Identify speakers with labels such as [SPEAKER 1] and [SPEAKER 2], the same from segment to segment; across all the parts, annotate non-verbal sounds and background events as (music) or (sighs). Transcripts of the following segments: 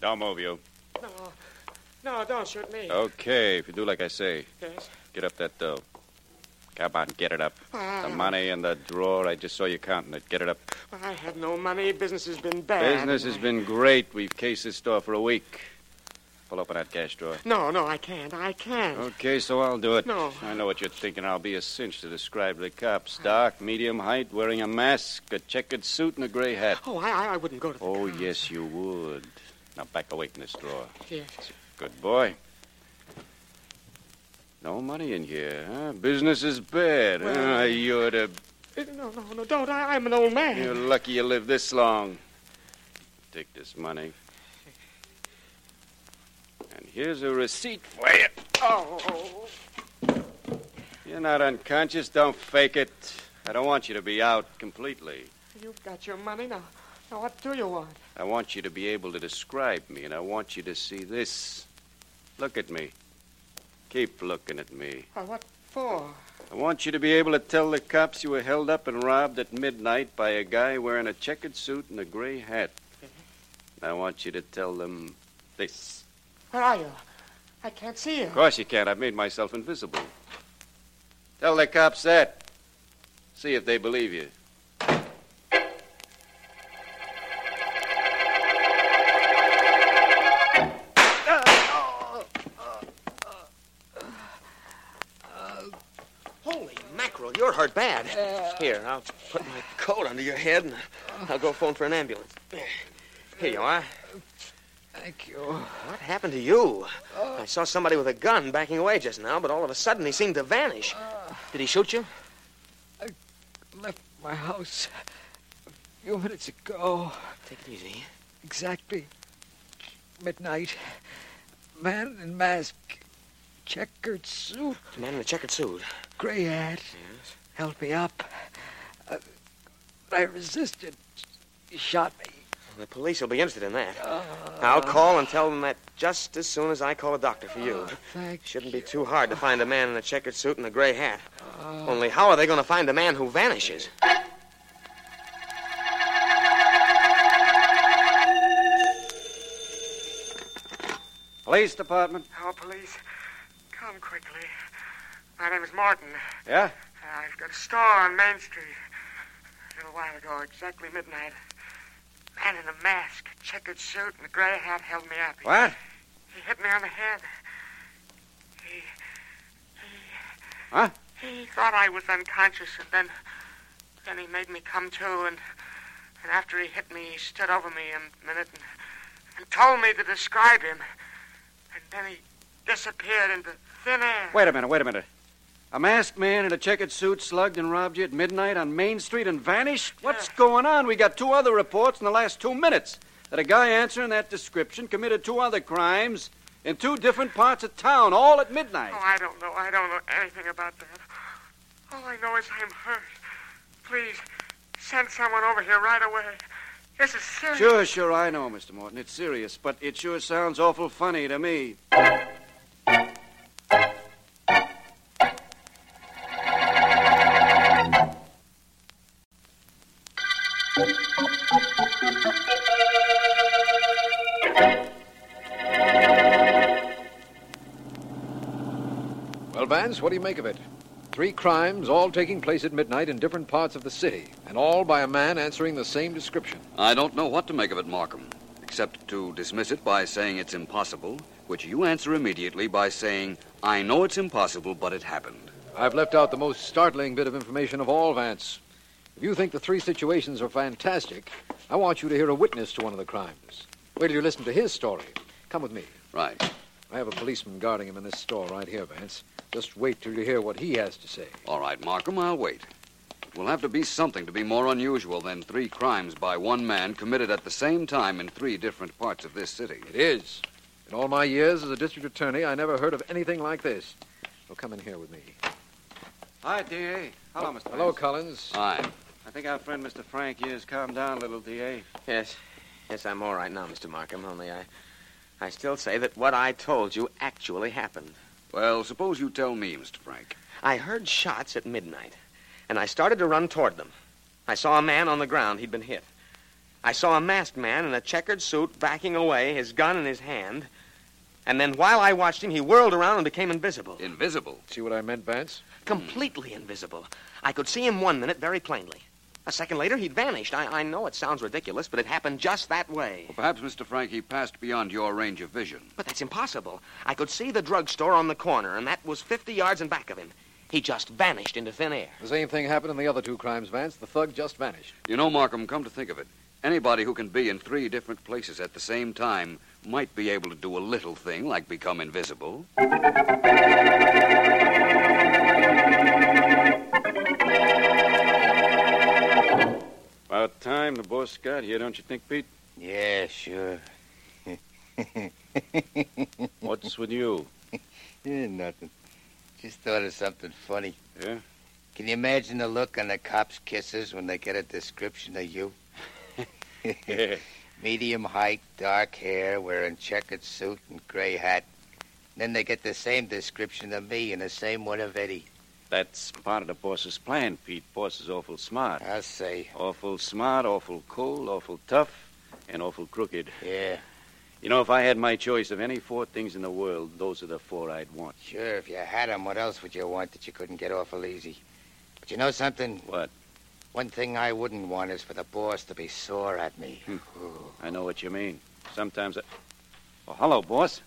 [SPEAKER 1] Come over you.
[SPEAKER 2] No, no, don't shoot me.
[SPEAKER 1] Oh. Okay, if you do like I say,
[SPEAKER 2] Yes.
[SPEAKER 1] get up that dough. Come on, get it up. The money in the drawer, I just saw you counting it. Get it up.
[SPEAKER 2] I have no money. Business has been bad.
[SPEAKER 1] Business has been great. We've cased this store for a week. Pull open that cash drawer.
[SPEAKER 2] No, no, I can't. I can't.
[SPEAKER 1] Okay, so I'll do it.
[SPEAKER 2] No.
[SPEAKER 1] I know what you're thinking. I'll be a cinch to describe the cops. Dark, medium height, wearing a mask, a checkered suit, and a gray hat.
[SPEAKER 2] Oh, I, I, I wouldn't go to. The...
[SPEAKER 1] Oh, yes, you would. Now back away from this drawer.
[SPEAKER 2] Yes.
[SPEAKER 1] Good boy. No money in here, huh? Business is bad.
[SPEAKER 2] Well-
[SPEAKER 1] Ah, you're the,
[SPEAKER 2] Uh, No, no, no, don't. I, I'm an old man.
[SPEAKER 1] you're lucky you lived this long. Take this money. And here's a receipt for you.
[SPEAKER 2] Oh,
[SPEAKER 1] You're not unconscious. Don't fake it. I don't want you to be out completely.
[SPEAKER 2] you've got your money now. Now, what do you want?
[SPEAKER 1] I want you to be able to describe me, and I want you to see this. Look at me. Keep looking at me.
[SPEAKER 2] Uh, what for?
[SPEAKER 1] I want you to be able to tell the cops you were held up and robbed at midnight by a guy wearing a checkered suit and a gray hat. And I want you to tell them this.
[SPEAKER 2] Where are you? I can't see you.
[SPEAKER 1] Of course you can't. I've made myself invisible. Tell the cops that. See if they believe you.
[SPEAKER 3] Holy mackerel, you're hurt bad.
[SPEAKER 2] Uh,
[SPEAKER 3] Here, I'll put my coat under your head and I'll go phone for an ambulance. Here you are.
[SPEAKER 4] Thank you.
[SPEAKER 3] What happened to you? I saw somebody with a gun backing away just now, but all of a sudden he seemed to vanish. Did he shoot you?
[SPEAKER 4] Left my house a few minutes ago,
[SPEAKER 3] Take it easy.
[SPEAKER 4] exactly midnight. Man in mask, checkered suit,
[SPEAKER 3] The man in the checkered suit.
[SPEAKER 4] gray hat, held me up. Uh, I resisted. He shot me.
[SPEAKER 3] The police will be interested in that. I'll call and tell them that just as soon as I call a doctor for you.
[SPEAKER 4] Thank
[SPEAKER 3] Shouldn't be too hard to find a man in a checkered suit and a gray hat.
[SPEAKER 4] Uh,
[SPEAKER 3] Only how are they going to find a man who vanishes?
[SPEAKER 1] Police department?
[SPEAKER 2] Oh, police, come quickly. My name is Martin.
[SPEAKER 1] Yeah?
[SPEAKER 2] I've got a store on Main Street. A little while ago, exactly midnight, a man in a mask, a checkered suit, and a gray hat held me up. He-
[SPEAKER 1] What?
[SPEAKER 2] He hit me on the head. He. he
[SPEAKER 1] Huh?
[SPEAKER 2] He thought I was unconscious, and then. then he made me come to, and. and after he hit me, he stood over me a minute and, and told me to describe him. And then he disappeared into thin air.
[SPEAKER 1] Wait a minute, wait a minute. A masked man in a checkered suit slugged and robbed you at midnight on Main Street and vanished? What's going on? We got two other reports in the last two minutes that a guy answering that description committed two other crimes in two different parts of town, all at midnight.
[SPEAKER 2] Oh, I don't know. I don't know anything about that. All I know is I'm hurt. Please, send someone over here right away. This is serious.
[SPEAKER 1] Sure, sure, I know, Mr. Morton. It's serious, but it sure sounds awful funny to me.
[SPEAKER 5] Well, Vance, what do you make of it? Three crimes, all taking place at midnight in different parts of the city, and all by a man answering the same description.
[SPEAKER 6] I don't know what to make of it, Markham, except to dismiss it by saying it's impossible, which you answer immediately by saying, I know it's impossible, but it happened.
[SPEAKER 5] I've left out the most startling bit of information of all, Vance. If you think the three situations are fantastic, I want you to hear a witness to one of the crimes. Wait till you listen to his story. Come with me.
[SPEAKER 6] Right.
[SPEAKER 5] I have a policeman guarding him in this store right here, Vance. Just wait till you hear what he has to say.
[SPEAKER 6] All right, Markham, I'll wait. It will have to be something to be more unusual than three crimes by one man committed at the same time in three different parts of this city.
[SPEAKER 5] It is. In all my years as a district attorney, I never heard of anything like this. So come in here with me.
[SPEAKER 1] Hi, D.A.
[SPEAKER 6] Oh,
[SPEAKER 1] Hello, Mr.
[SPEAKER 5] Hello,
[SPEAKER 1] Vance.
[SPEAKER 5] Collins.
[SPEAKER 6] Aye.
[SPEAKER 1] I think our friend Mr. Frank here has calmed down a little, D.A.
[SPEAKER 3] Yes. Yes, I'm all right now, Mr. Markham, only I. I still say that what I told you actually happened.
[SPEAKER 6] Well, suppose you tell me, Mr. Frank.
[SPEAKER 3] I heard shots at midnight, and I started to run toward them. I saw a man on the ground. He'd been hit. I saw a masked man in a checkered suit backing away, his gun in his hand. And then while I watched him, he whirled around and became invisible.
[SPEAKER 6] Invisible.
[SPEAKER 5] See what I meant, Vance?
[SPEAKER 3] Completely invisible. I could see him one minute very plainly. A second later, he'd vanished. I, I know it sounds ridiculous, but it happened just that way.
[SPEAKER 6] Perhaps, Mr. Frank, he passed beyond your range of vision.
[SPEAKER 3] But that's impossible. I could see the drugstore on the corner, and that was 50 yards in back of him. He just vanished into thin air.
[SPEAKER 5] The same thing happened in the other two crimes, Vance. The thug just vanished.
[SPEAKER 6] You know, Markham, come to think of it, anybody who can be in three different places at the same time might be able to do a little thing like become invisible.
[SPEAKER 1] About time the boss got here, don't you think, Pete?
[SPEAKER 7] Yeah, sure.
[SPEAKER 1] What's with you?
[SPEAKER 7] Yeah, nothing. Just thought of something funny.
[SPEAKER 1] Yeah?
[SPEAKER 7] Can you imagine the look on the cops' kisses when they get a description of you? Medium height, dark hair, wearing checkered suit and gray hat. Then they get the same description of me and the same one of Eddie.
[SPEAKER 1] (laughs) That's part of the boss's plan, Pete. Boss is awful smart.
[SPEAKER 7] I'll say,
[SPEAKER 1] Awful smart, awful cool, awful tough, and awful crooked.
[SPEAKER 7] yeah,
[SPEAKER 1] You know, if I had my choice of any four things in the world, those are the four I'd want.
[SPEAKER 7] sure, if you had 'em, what else would you want that you couldn't get awful easy? But you know something?
[SPEAKER 1] What?
[SPEAKER 7] One thing I wouldn't want is for the boss to be sore at me. Ooh.
[SPEAKER 1] I know what you mean. Sometimes I. Well, hello, boss.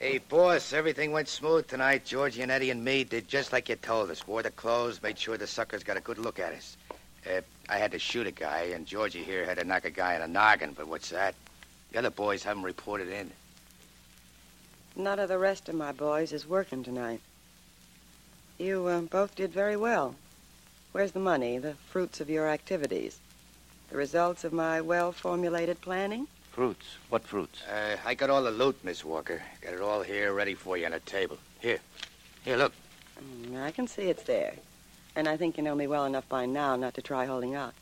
[SPEAKER 7] Hey, boss, everything went smooth tonight. Georgie and Eddie and me did just like you told us. Wore the clothes, made sure the suckers got a good look at us. Uh, I had to shoot a guy, and Georgie here had to knock a guy in a noggin, but what's that? The other boys haven't reported in.
[SPEAKER 8] None of the rest of my boys is working tonight. You uh, both did very well. Where's the money, the fruits of your activities? The results of my well formulated planning?
[SPEAKER 1] Fruits. What fruits?
[SPEAKER 7] Uh, I got all the loot, Miss Walker. Got it all here ready for you on a table. Here. Here, look.
[SPEAKER 8] Mm, I can see it's there. And I think you know me well enough by now not to try holding out.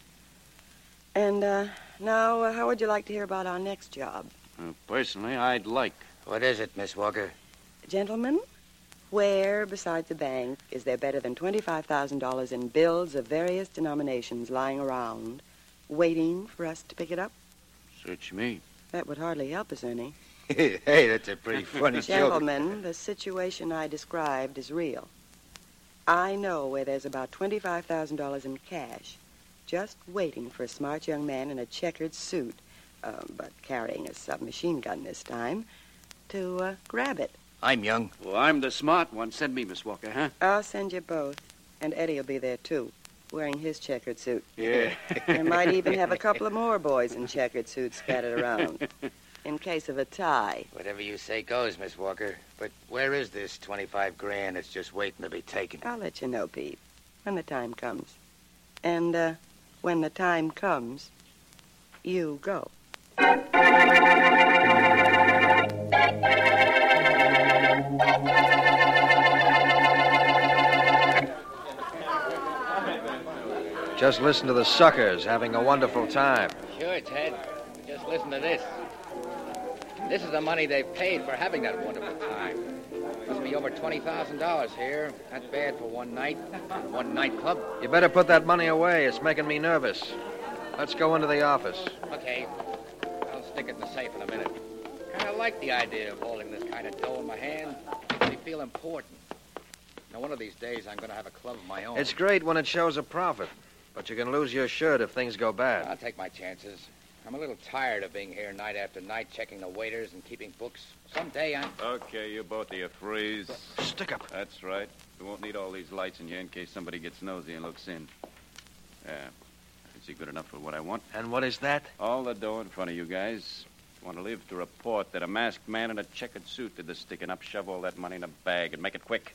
[SPEAKER 8] And uh, now, uh, how would you like to hear about our next job?
[SPEAKER 1] Uh, personally, I'd like.
[SPEAKER 7] What is it, Miss Walker? (laughs)
[SPEAKER 8] Gentlemen, where, besides the bank, is there better than $25,000 in bills of various denominations lying around, waiting for us to pick it up?
[SPEAKER 1] Search me.
[SPEAKER 8] That would hardly help us any.
[SPEAKER 7] hey, that's a pretty funny joke.
[SPEAKER 8] Gentlemen, the situation I described is real. I know where there's about $25,000 in cash, just waiting for a smart young man in a checkered suit, uh, but carrying a submachine gun this time, to uh, grab it.
[SPEAKER 7] I'm young.
[SPEAKER 1] Well, I'm the smart one. Send me, Miss Walker, huh?
[SPEAKER 8] I'll send you both, and Eddie will be there too, wearing his checkered suit.
[SPEAKER 1] Yeah.
[SPEAKER 8] You might even have a couple of more boys in checkered suits scattered around, in case of a tie.
[SPEAKER 7] Whatever you say goes, Miss Walker. But where is this 25 grand that's just waiting to be taken?
[SPEAKER 8] I'll let you know, Pete, when the time comes. And uh, when the time comes, you go.
[SPEAKER 4] Just listen to the suckers having a wonderful time.
[SPEAKER 9] Sure, Ted. Just listen to this. This is the money they paid for having that wonderful time. Must be over $20,000 here. Not bad for one night. One nightclub.
[SPEAKER 4] You better put that money away. It's making me nervous. Let's go into the office.
[SPEAKER 9] Okay. I'll stick it in the safe in a minute. Kind of like the idea of holding this kind of dough in my hand. Makes me feel important. Now, one of these days, I'm going to have a club of my own.
[SPEAKER 4] It's great when it shows a profit, but you can lose your shirt if things go bad.
[SPEAKER 9] I'll take my chances. I'm a little tired of being here night after night checking the waiters and keeping books. Someday I'm.
[SPEAKER 1] Okay, you both of you freeze.
[SPEAKER 4] Stick up.
[SPEAKER 1] That's right. You won't need all these lights in here in case somebody gets nosy and looks in. Yeah, I can see good enough for what I want.
[SPEAKER 4] And what is that?
[SPEAKER 1] All the dough in front of you guys. Want to live to report that a masked man in a checkered suit did the sticking up, shove all that money in a bag, and make it quick.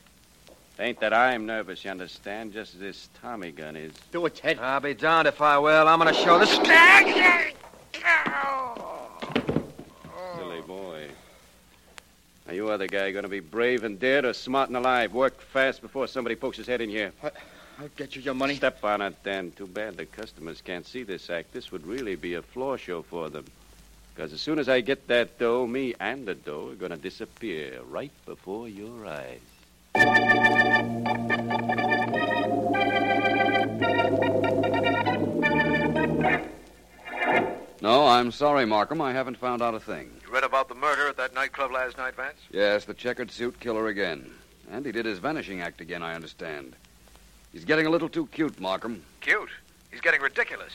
[SPEAKER 1] Ain't that I'm nervous, you understand, just as this Tommy gun is.
[SPEAKER 9] Do it, Ted.
[SPEAKER 4] I'll be darned if I will. I'm going to show this.
[SPEAKER 1] Silly boy. Now, you other guy gonna be brave and dead or smart and alive? Work fast before somebody pokes his head in here.
[SPEAKER 9] I'll get you your money.
[SPEAKER 1] Step on it, then. Too bad the customers can't see this act. This would really be a floor show for them. Because as soon as I get that dough, me and the dough are gonna disappear right before your eyes.
[SPEAKER 5] I'm sorry, Markham. I haven't found out a thing.
[SPEAKER 2] You read about the murder at that nightclub last night, Vance?
[SPEAKER 5] Yes, the checkered suit killer again. And he did his vanishing act again, I understand. He's getting a little too cute, Markham.
[SPEAKER 2] Cute. He's getting ridiculous.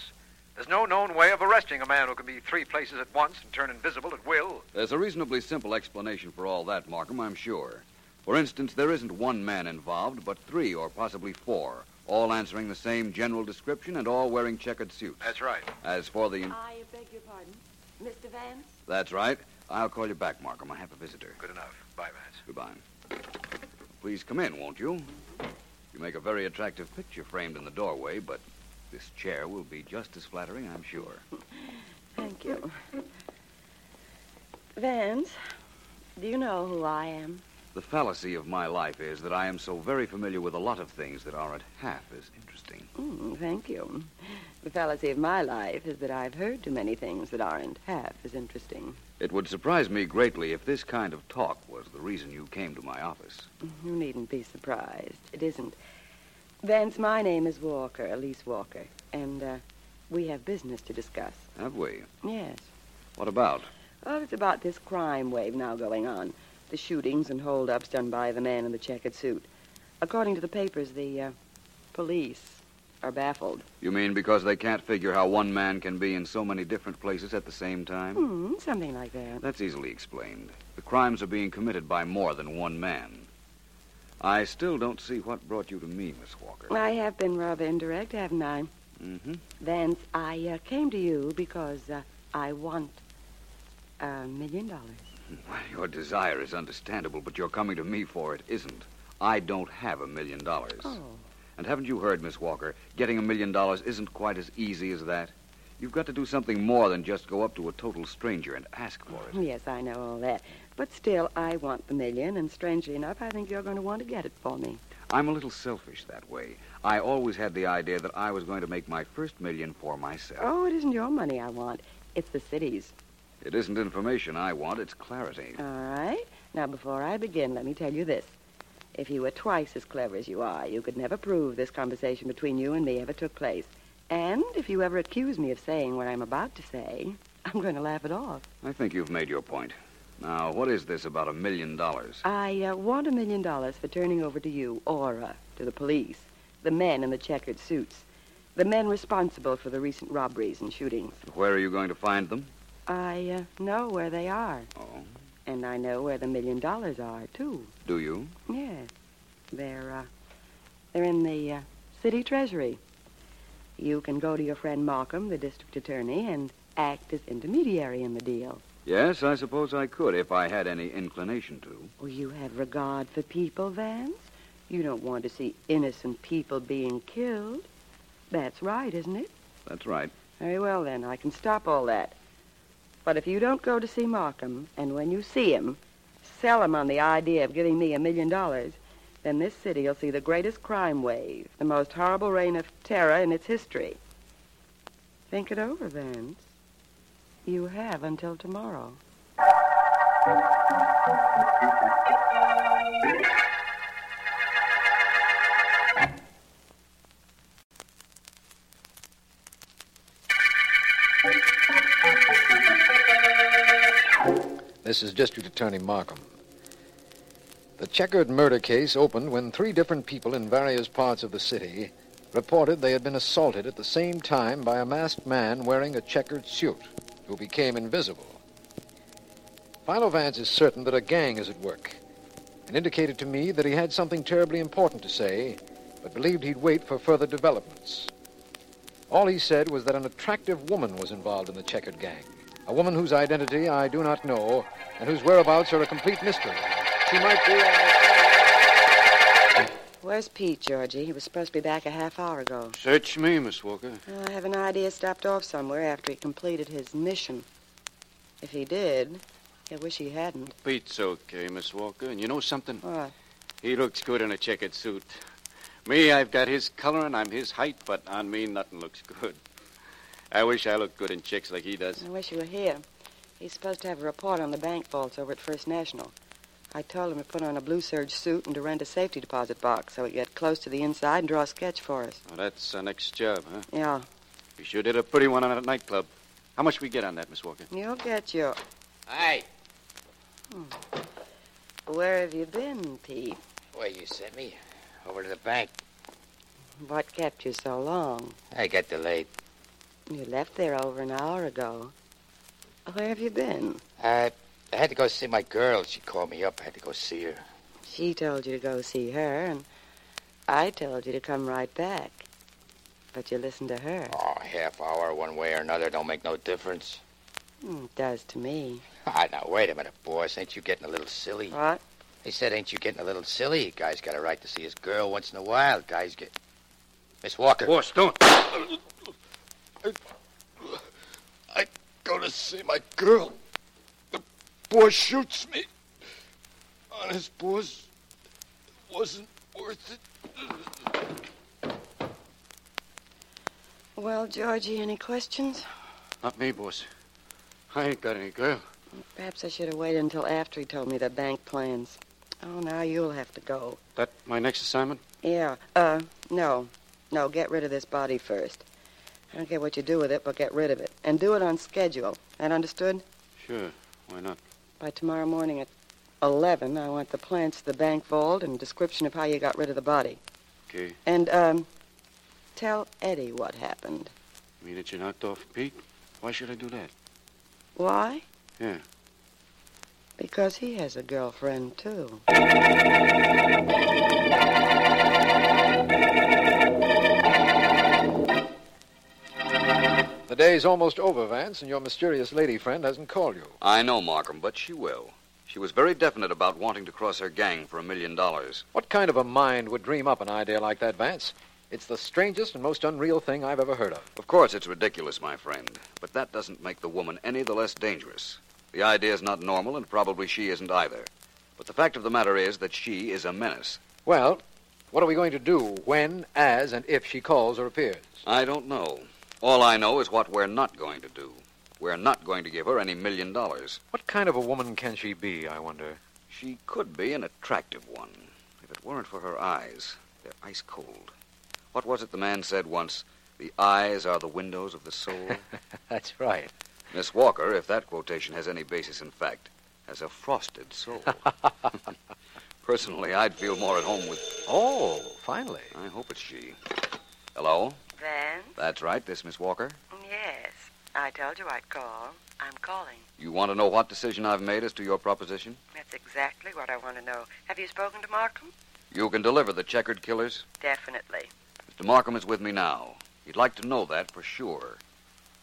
[SPEAKER 2] There's no known way of arresting a man who can be three places at once and turn invisible at will.
[SPEAKER 5] There's a reasonably simple explanation for all that, Markham, I'm sure. For instance, there isn't one man involved, but three or possibly four, all answering the same general description and all wearing checkered suits.
[SPEAKER 2] That's right.
[SPEAKER 5] As for the.
[SPEAKER 8] I beg your pardon. Mr. Vance?
[SPEAKER 5] That's right. I'll call you back, Markham. I have a visitor.
[SPEAKER 2] Good enough. Bye, Vance.
[SPEAKER 5] Goodbye. Please come in, won't you? You make a very attractive picture framed in the doorway, but this chair will be just as flattering, I'm sure.
[SPEAKER 8] Thank you. Vance, do you know who I am?
[SPEAKER 5] The fallacy of my life is that I am so very familiar with a lot of things that aren't half as interesting.
[SPEAKER 8] Mm, thank you. The fallacy of my life is that I've heard too many things that aren't half as interesting.
[SPEAKER 5] It would surprise me greatly if this kind of talk was the reason you came to my office.
[SPEAKER 8] You needn't be surprised. It isn't. Vance, my name is Walker, Elise Walker, and uh, we have business to discuss.
[SPEAKER 5] Have we?
[SPEAKER 8] Yes.
[SPEAKER 5] What about?
[SPEAKER 8] Well, it's about this crime wave now going on. The shootings and holdups done by the man in the checkered suit. According to the papers, the uh, police are baffled.
[SPEAKER 5] You mean because they can't figure how one man can be in so many different places at the same time?
[SPEAKER 8] Hmm, something like that.
[SPEAKER 5] That's easily explained. The crimes are being committed by more than one man. I still don't see what brought you to me, Miss Walker.
[SPEAKER 8] I have been rather indirect, haven't I?
[SPEAKER 5] Mm-hmm.
[SPEAKER 8] Vance, I uh, came to you because uh, I want a million dollars.
[SPEAKER 5] Well, your desire is understandable, but your coming to me for it isn't. I don't have a million dollars.
[SPEAKER 8] Oh.
[SPEAKER 5] And haven't you heard, Miss Walker? Getting a million dollars isn't quite as easy as that. You've got to do something more than just go up to a total stranger and ask for it.
[SPEAKER 8] Yes, I know all that. But still, I want the million, and strangely enough, I think you're going to want to get it for me.
[SPEAKER 5] I'm a little selfish that way. I always had the idea that I was going to make my first million for myself.
[SPEAKER 8] Oh, it isn't your money I want. It's the city's.
[SPEAKER 5] It isn't information I want, it's clarity.
[SPEAKER 8] All right. Now, before I begin, let me tell you this. If you were twice as clever as you are, you could never prove this conversation between you and me ever took place. And if you ever accuse me of saying what I'm about to say, (laughs) I'm going to laugh it off.
[SPEAKER 5] I think you've made your point. Now, what is this about a million dollars?
[SPEAKER 8] I uh, want a million dollars for turning over to you, Aura, to the police, the men in the checkered suits, the men responsible for the recent robberies and shootings.
[SPEAKER 5] Where are you going to find them?
[SPEAKER 8] I uh, know where they are,
[SPEAKER 5] Oh,
[SPEAKER 8] and I know where the million dollars are, too.
[SPEAKER 5] do you?
[SPEAKER 8] Yes. They're, uh, they're in the uh, city treasury. You can go to your friend Markham, the district attorney, and act as intermediary in the deal.
[SPEAKER 5] Yes, I suppose I could if I had any inclination to.
[SPEAKER 8] Will you have regard for people, Vance? You don't want to see innocent people being killed. That's right, isn't it?
[SPEAKER 5] That's right.
[SPEAKER 8] Very well, then. I can stop all that. But if you don't go to see Markham, and when you see him, sell him on the idea of giving me a million dollars, then this city will see the greatest crime wave, the most horrible reign of terror in its history. Think it over, Vance. You have until tomorrow.
[SPEAKER 10] This is District Attorney Markham. The checkered murder case opened when three different people in various parts of the city reported they had been assaulted at the same time by a masked man wearing a checkered suit who became invisible. Philo Vance is certain that a gang is at work and indicated to me that he had something terribly important to say, but believed he'd wait for further developments. All he said was that an attractive woman was involved in the checkered gang. A woman whose identity I do not know and whose whereabouts are a complete mystery. She might be.
[SPEAKER 8] Where's Pete, Georgie? He was supposed to be back a half hour ago.
[SPEAKER 1] Search me, Miss Walker.
[SPEAKER 8] Well, I have an idea stopped off somewhere after he completed his mission. If he did, I wish he hadn't.
[SPEAKER 1] Pete's okay, Miss Walker. And you know something?
[SPEAKER 8] What?
[SPEAKER 1] He looks good in a checkered suit. Me, I've got his color and I'm his height, but on me, nothing looks good. I wish I looked good in chicks like he does.
[SPEAKER 8] I wish you were here. He's supposed to have a report on the bank vaults over at First National. I told him to put on a blue serge suit and to rent a safety deposit box so he'd get close to the inside and draw a sketch for us.
[SPEAKER 1] Well, that's our next job, huh?
[SPEAKER 8] Yeah.
[SPEAKER 1] You sure did a pretty one on that nightclub.
[SPEAKER 11] How much we get on that, Miss Walker?
[SPEAKER 8] You'll get your.
[SPEAKER 7] Hey,
[SPEAKER 8] Where have you been, Pete?
[SPEAKER 7] where you sent me? Over to the bank.
[SPEAKER 8] What kept you so long?
[SPEAKER 7] I got delayed.
[SPEAKER 8] You left there over an hour ago. Where have you been?
[SPEAKER 7] I, I had to go see my girl. She called me up. I had to go see her.
[SPEAKER 8] She told you to go see her, and I told you to come right back. But you listened to her.
[SPEAKER 7] Oh, half hour, one way or another, don't make no difference. (laughs)
[SPEAKER 8] Hmm, It does to me.
[SPEAKER 7] Ah, now wait a minute, boss. Ain't you getting a little silly?
[SPEAKER 8] What?
[SPEAKER 7] He said, ain't you getting a little silly? Guy's got a right to see his girl once in a while. Guys get. Miss Walker.
[SPEAKER 12] Boss, don't.
[SPEAKER 7] go to see my girl. The boy shoots me. Honest, boss, wasn't worth it.
[SPEAKER 8] Well, Georgie, any questions?
[SPEAKER 11] Not me, boss. I ain't got any girl.
[SPEAKER 8] Perhaps I should have waited until after he told me the bank plans. Oh, now you'll have to go.
[SPEAKER 11] That my next assignment?
[SPEAKER 8] Yeah, uh, no. No, get rid of this body first. I don't care what you do with it, but get rid of it. And do it on schedule. That understood?
[SPEAKER 11] Sure. Why not?
[SPEAKER 8] By tomorrow morning at 11, I want the plans to the bank vault and description of how you got rid of the body.
[SPEAKER 11] Okay.
[SPEAKER 8] And, um, tell Eddie what happened.
[SPEAKER 11] You mean that you knocked off Pete? Why should I do that?
[SPEAKER 8] Why?
[SPEAKER 11] Yeah.
[SPEAKER 8] Because he has a girlfriend, too.
[SPEAKER 5] The day's almost over, Vance, and your mysterious lady friend hasn't called you.
[SPEAKER 1] I know Markham, but she will. She was very definite about wanting to cross her gang for a million dollars.
[SPEAKER 5] What kind of a mind would dream up an idea like that, Vance? It's the strangest and most unreal thing I've ever heard of.
[SPEAKER 1] Of course, it's ridiculous, my friend, but that doesn't make the woman any the less dangerous. The idea's not normal, and probably she isn't either. But the fact of the matter is that she is a menace.
[SPEAKER 5] Well, what are we going to do when, as, and if she calls or appears?
[SPEAKER 1] I don't know. All I know is what we're not going to do. We're not going to give her any million dollars.
[SPEAKER 5] What kind of a woman can she be, I wonder?
[SPEAKER 1] She could be an attractive one, if it weren't for her eyes. They're ice cold. What was it the man said once? The eyes are the windows of the soul.
[SPEAKER 5] (laughs) That's right.
[SPEAKER 1] Miss Walker, if that quotation has any basis in fact, has a frosted
[SPEAKER 5] (laughs)
[SPEAKER 1] soul. Personally, I'd feel more at home with.
[SPEAKER 5] Oh, finally.
[SPEAKER 1] I hope it's she. Hello?
[SPEAKER 8] Van?
[SPEAKER 1] That's right, this Miss Walker.
[SPEAKER 8] Yes. I told you I'd call. I'm calling.
[SPEAKER 1] You want to know what decision I've made as to your proposition?
[SPEAKER 8] That's exactly what I want to know. Have you spoken to Markham?
[SPEAKER 1] You can deliver the checkered killers.
[SPEAKER 8] Definitely.
[SPEAKER 1] Mr. Markham is with me now. He'd like to know that for sure.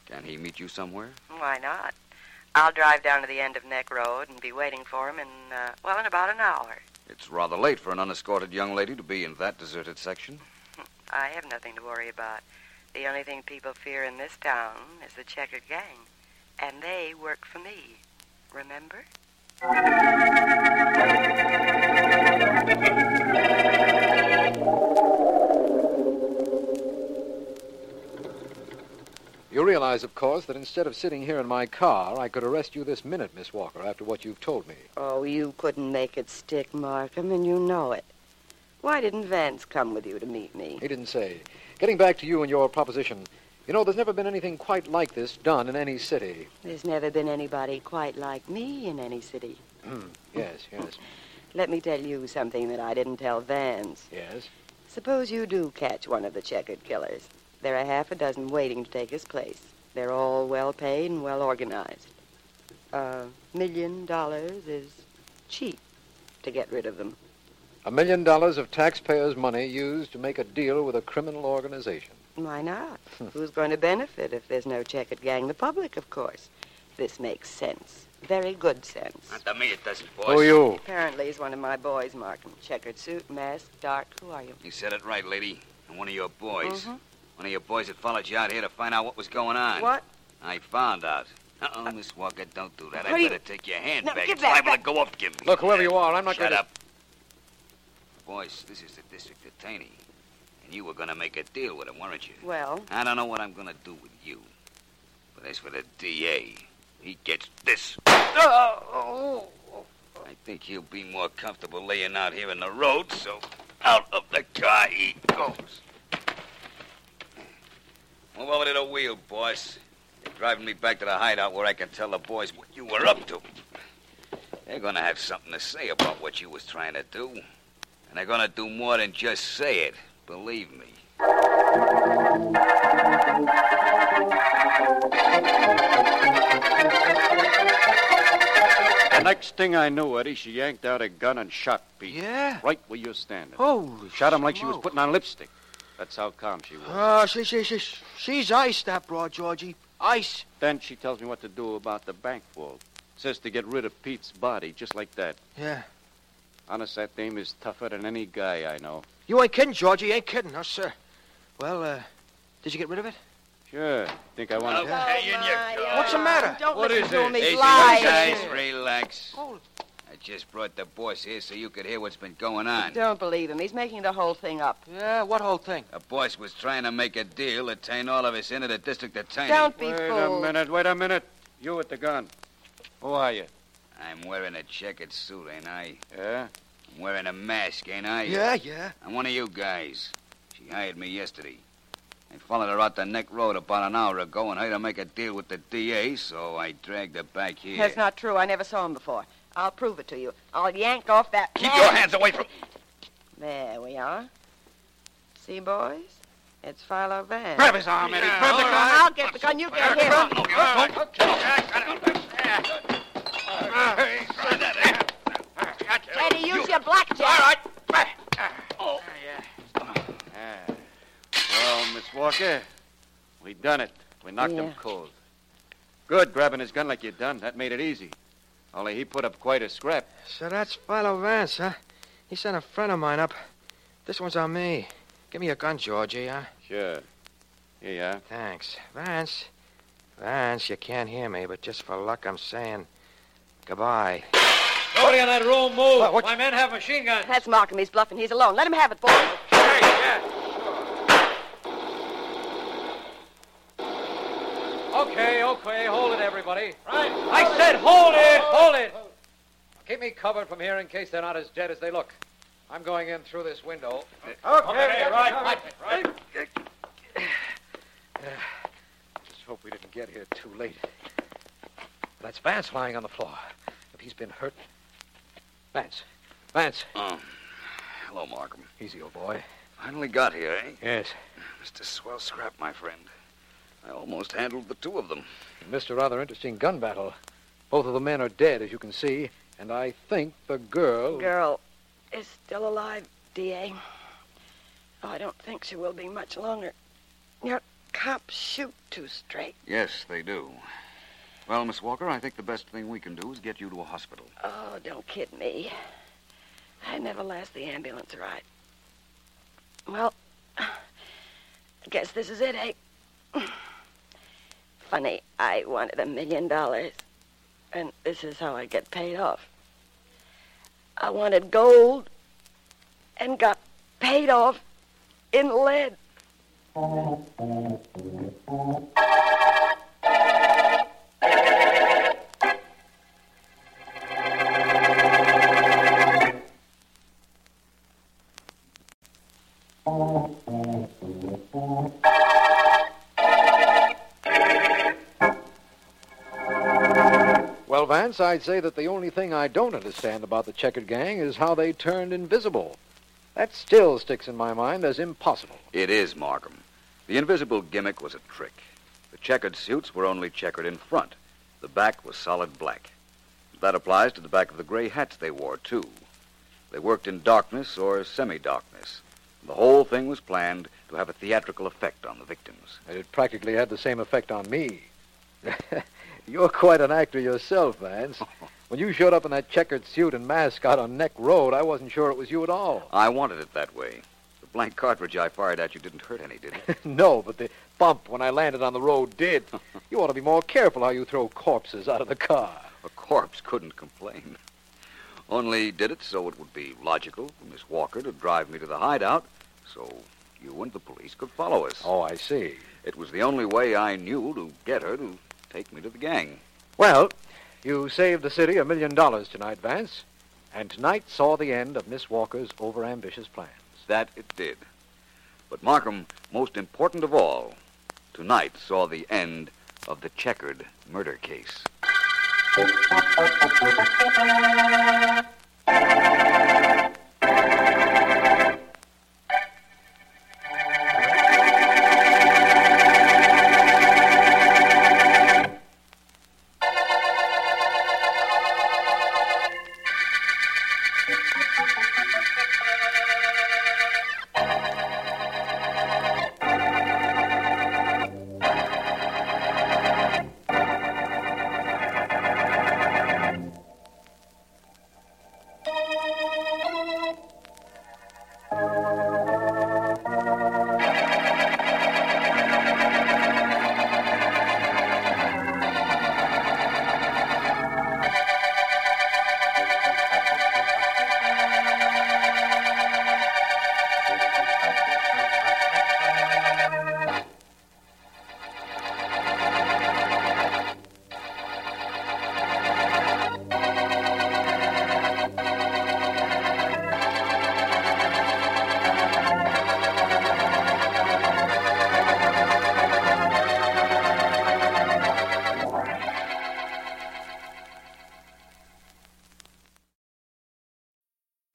[SPEAKER 1] Can he meet you somewhere?
[SPEAKER 8] Why not? I'll drive down to the end of Neck Road and be waiting for him in, uh, well, in about an hour.
[SPEAKER 1] It's rather late for an unescorted young lady to be in that deserted section.
[SPEAKER 8] I have nothing to worry about. The only thing people fear in this town is the checkered gang. And they work for me. Remember?
[SPEAKER 5] You realize, of course, that instead of sitting here in my car, I could arrest you this minute, Miss Walker, after what you've told me.
[SPEAKER 8] Oh, you couldn't make it stick, Markham, and you know it. Why didn't Vance come with you to meet me?
[SPEAKER 5] He didn't say. Getting back to you and your proposition, you know, there's never been anything quite like this done in any city.
[SPEAKER 8] There's never been anybody quite like me in any city.
[SPEAKER 5] Yes, yes,
[SPEAKER 8] Let me tell you something that I didn't tell Vance.
[SPEAKER 5] yes.
[SPEAKER 8] Suppose you do catch one of the checkered killers. There are half a dozen waiting to take his place. They're all well paid and well organized. A million dollars is cheap to get rid of them.
[SPEAKER 5] A million dollars of taxpayers' money used to make a deal with a criminal organization.
[SPEAKER 8] Why not?
[SPEAKER 13] Hmm.
[SPEAKER 8] Who's going to benefit if there's no checkered gang? The public, of course. This makes sense. Very good sense.
[SPEAKER 14] Not to me, it doesn't, boss.
[SPEAKER 5] Who are you?
[SPEAKER 8] Apparently, he's one of my boys, Markham. Checkered suit, mask, dark. Who are you?
[SPEAKER 14] You said it right, lady. And one of your boys.
[SPEAKER 8] Mhm.
[SPEAKER 14] One of your boys that followed you out here to find out what was going on.
[SPEAKER 8] What? Uh,
[SPEAKER 14] I found out. Uh-oh, Miss Walker, don't do that.
[SPEAKER 8] What
[SPEAKER 14] I
[SPEAKER 8] do you-
[SPEAKER 14] better take your hand
[SPEAKER 8] No,
[SPEAKER 14] back.
[SPEAKER 8] give
[SPEAKER 14] It's
[SPEAKER 8] that
[SPEAKER 14] liable to
[SPEAKER 8] back.
[SPEAKER 14] go up, give me.
[SPEAKER 5] Look, whoever you are, I'm not
[SPEAKER 14] Shut
[SPEAKER 5] going to.
[SPEAKER 14] up. Boys, this is the district attorney. And you were going to make a deal with him, weren't you?
[SPEAKER 8] Well,
[SPEAKER 14] I don't know what I'm going to do with you. But as for the DA, he gets this. I think he'll be more comfortable laying out here in the road, so out of the car he goes. Move over to the wheel, boss.
[SPEAKER 13] You're driving me back to the hideout where I can tell the boys what you were up to. They're going to have something to say about what you was trying to do. And they're going to do more than just say it. Believe me.
[SPEAKER 1] The next thing I knew, Eddie, she yanked out a gun and shot Pete. Yeah? Right where you're standing.
[SPEAKER 14] Oh,
[SPEAKER 15] Holy
[SPEAKER 1] Shot him like she was
[SPEAKER 15] smoke.
[SPEAKER 1] putting on lipstick. That's how calm she was.
[SPEAKER 4] Ah,
[SPEAKER 15] Uh, she, she, she, she's iced, that broad, Georgie. Ice.
[SPEAKER 1] Then she tells me what to do about the bank vault. Says to get rid of Pete's body, just like that.
[SPEAKER 15] Yeah.
[SPEAKER 1] Honest, that dame is tougher than any guy I know.
[SPEAKER 15] You ain't kidding, Georgie. You ain't kidding, no, sir. Well, uh, did you get rid of it?
[SPEAKER 1] Sure. Think I want to.
[SPEAKER 8] uh,
[SPEAKER 15] What's the matter?
[SPEAKER 13] What is
[SPEAKER 15] to him.
[SPEAKER 13] it?
[SPEAKER 15] He's
[SPEAKER 13] Easy,
[SPEAKER 15] lying.
[SPEAKER 13] guys, relax.
[SPEAKER 15] Oh,
[SPEAKER 13] I just brought the boss here so you could hear what's been going on.
[SPEAKER 8] Don't believe him. He's making the whole thing up.
[SPEAKER 15] Yeah, what whole thing?
[SPEAKER 13] The boss was trying to make a deal to turn all of us into the district attorney.
[SPEAKER 8] Don't be
[SPEAKER 1] Wait a
[SPEAKER 8] fooled.
[SPEAKER 1] minute, wait a minute. You with the gun. Who are you?
[SPEAKER 13] I'm wearing a checkered suit, ain't I?
[SPEAKER 1] Yeah?
[SPEAKER 13] I'm wearing a mask, ain't I?
[SPEAKER 15] Yeah, yeah.
[SPEAKER 13] I'm one of you guys. She hired me yesterday. I followed her out the neck road about an hour ago and heard her make a deal with the DA, so I dragged her back here.
[SPEAKER 8] That's not true. I never saw him before. I'll prove it to you. I'll yank off that.
[SPEAKER 13] Keep your hands away from.
[SPEAKER 8] There we are. See, boys? It's Philo Van.
[SPEAKER 13] Grab his arm, Eddie. Grab the
[SPEAKER 8] all
[SPEAKER 13] gun.
[SPEAKER 8] right. I'll get the gun. You get him. Eddie, use your blackjack. All right.
[SPEAKER 1] Ah. Well, Miss Walker, we done it. We knocked him
[SPEAKER 8] Yeah.
[SPEAKER 1] cold. Good grabbing his gun like you done. That made it easy. Only he put up quite a scrap.
[SPEAKER 15] So that's Philo Vance, huh? He sent a friend of mine up. This one's on me. Give me your gun, Georgie, huh?
[SPEAKER 1] Sure. Here you are.
[SPEAKER 15] Thanks. Vance. Vance, you can't hear me, but just for luck, I'm saying goodbye.
[SPEAKER 16] Nobody in that room move.
[SPEAKER 15] What- what-
[SPEAKER 16] My men have machine guns.
[SPEAKER 8] That's Markham. He's bluffing. He's alone. Let him have it, boys.
[SPEAKER 16] Okay, okay, hold it, everybody. Right. I said hold it, hold it. Keep me covered from here in case they're not as dead as they look. I'm going in through this window. Okay,
[SPEAKER 15] right,
[SPEAKER 16] right.
[SPEAKER 15] (sighs) Just hope we didn't get here too late. That's Vance lying on the floor. If he's been hurt. Vance. Vance.
[SPEAKER 13] Um, hello, Markham.
[SPEAKER 15] Easy, old boy.
[SPEAKER 13] Finally got here, eh?
[SPEAKER 15] Yes.
[SPEAKER 13] Mr. Swell Scrap, my friend. I almost handled the two of them.
[SPEAKER 5] You missed a rather interesting gun battle. Both of the men are dead, as you can see, and I think the girl.
[SPEAKER 8] Girl is still alive, D.A. Oh, I don't think she will be much longer. Your cops shoot too straight.
[SPEAKER 6] Yes, they do. Well, Miss Walker, I think the best thing we can do is get you to a hospital.
[SPEAKER 8] Oh, don't kid me. I never last the ambulance ride. Well, (sighs) I guess this is it, eh? (sighs) Funny, I wanted a million dollars, and this is how I get paid off. I wanted gold and got paid off in lead.
[SPEAKER 5] Well, Vance, I'd say that the only thing I don't understand about the checkered gang is how they turned invisible. That still sticks in my mind as impossible.
[SPEAKER 6] It is, Markham. The invisible gimmick was a trick. The checkered suits were only checkered in front. The back was solid black. That applies to the back of the gray hats they wore, too. They worked in darkness or semi darkness. The whole thing was planned to have a theatrical effect on the victims.
[SPEAKER 5] It practically had the same effect on me. (laughs) You're quite an actor yourself, (laughs) Vance. When you showed up in that checkered suit and mask out on Neck Road, I wasn't sure it was you at all. (laughs)
[SPEAKER 6] I wanted it that way. The blank cartridge I fired at you didn't hurt any, did
[SPEAKER 5] (laughs)
[SPEAKER 6] it?
[SPEAKER 5] no, but the bump when I landed on the road (laughs) did. You ought to be more careful how you throw corpses out of the car.
[SPEAKER 6] a corpse couldn't complain. Only did it so it would be logical for Miss Walker to drive me to the hideout so you and the police could follow us.
[SPEAKER 5] Oh, I see.
[SPEAKER 6] It was the only way I knew to get her to take me to the gang.
[SPEAKER 5] Well, you saved the city a million dollars tonight, Vance, and tonight saw the end of Miss Walker's overambitious plan.
[SPEAKER 6] That it did. But Markham, most important of all, tonight saw the end of the checkered murder case.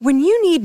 [SPEAKER 17] When you need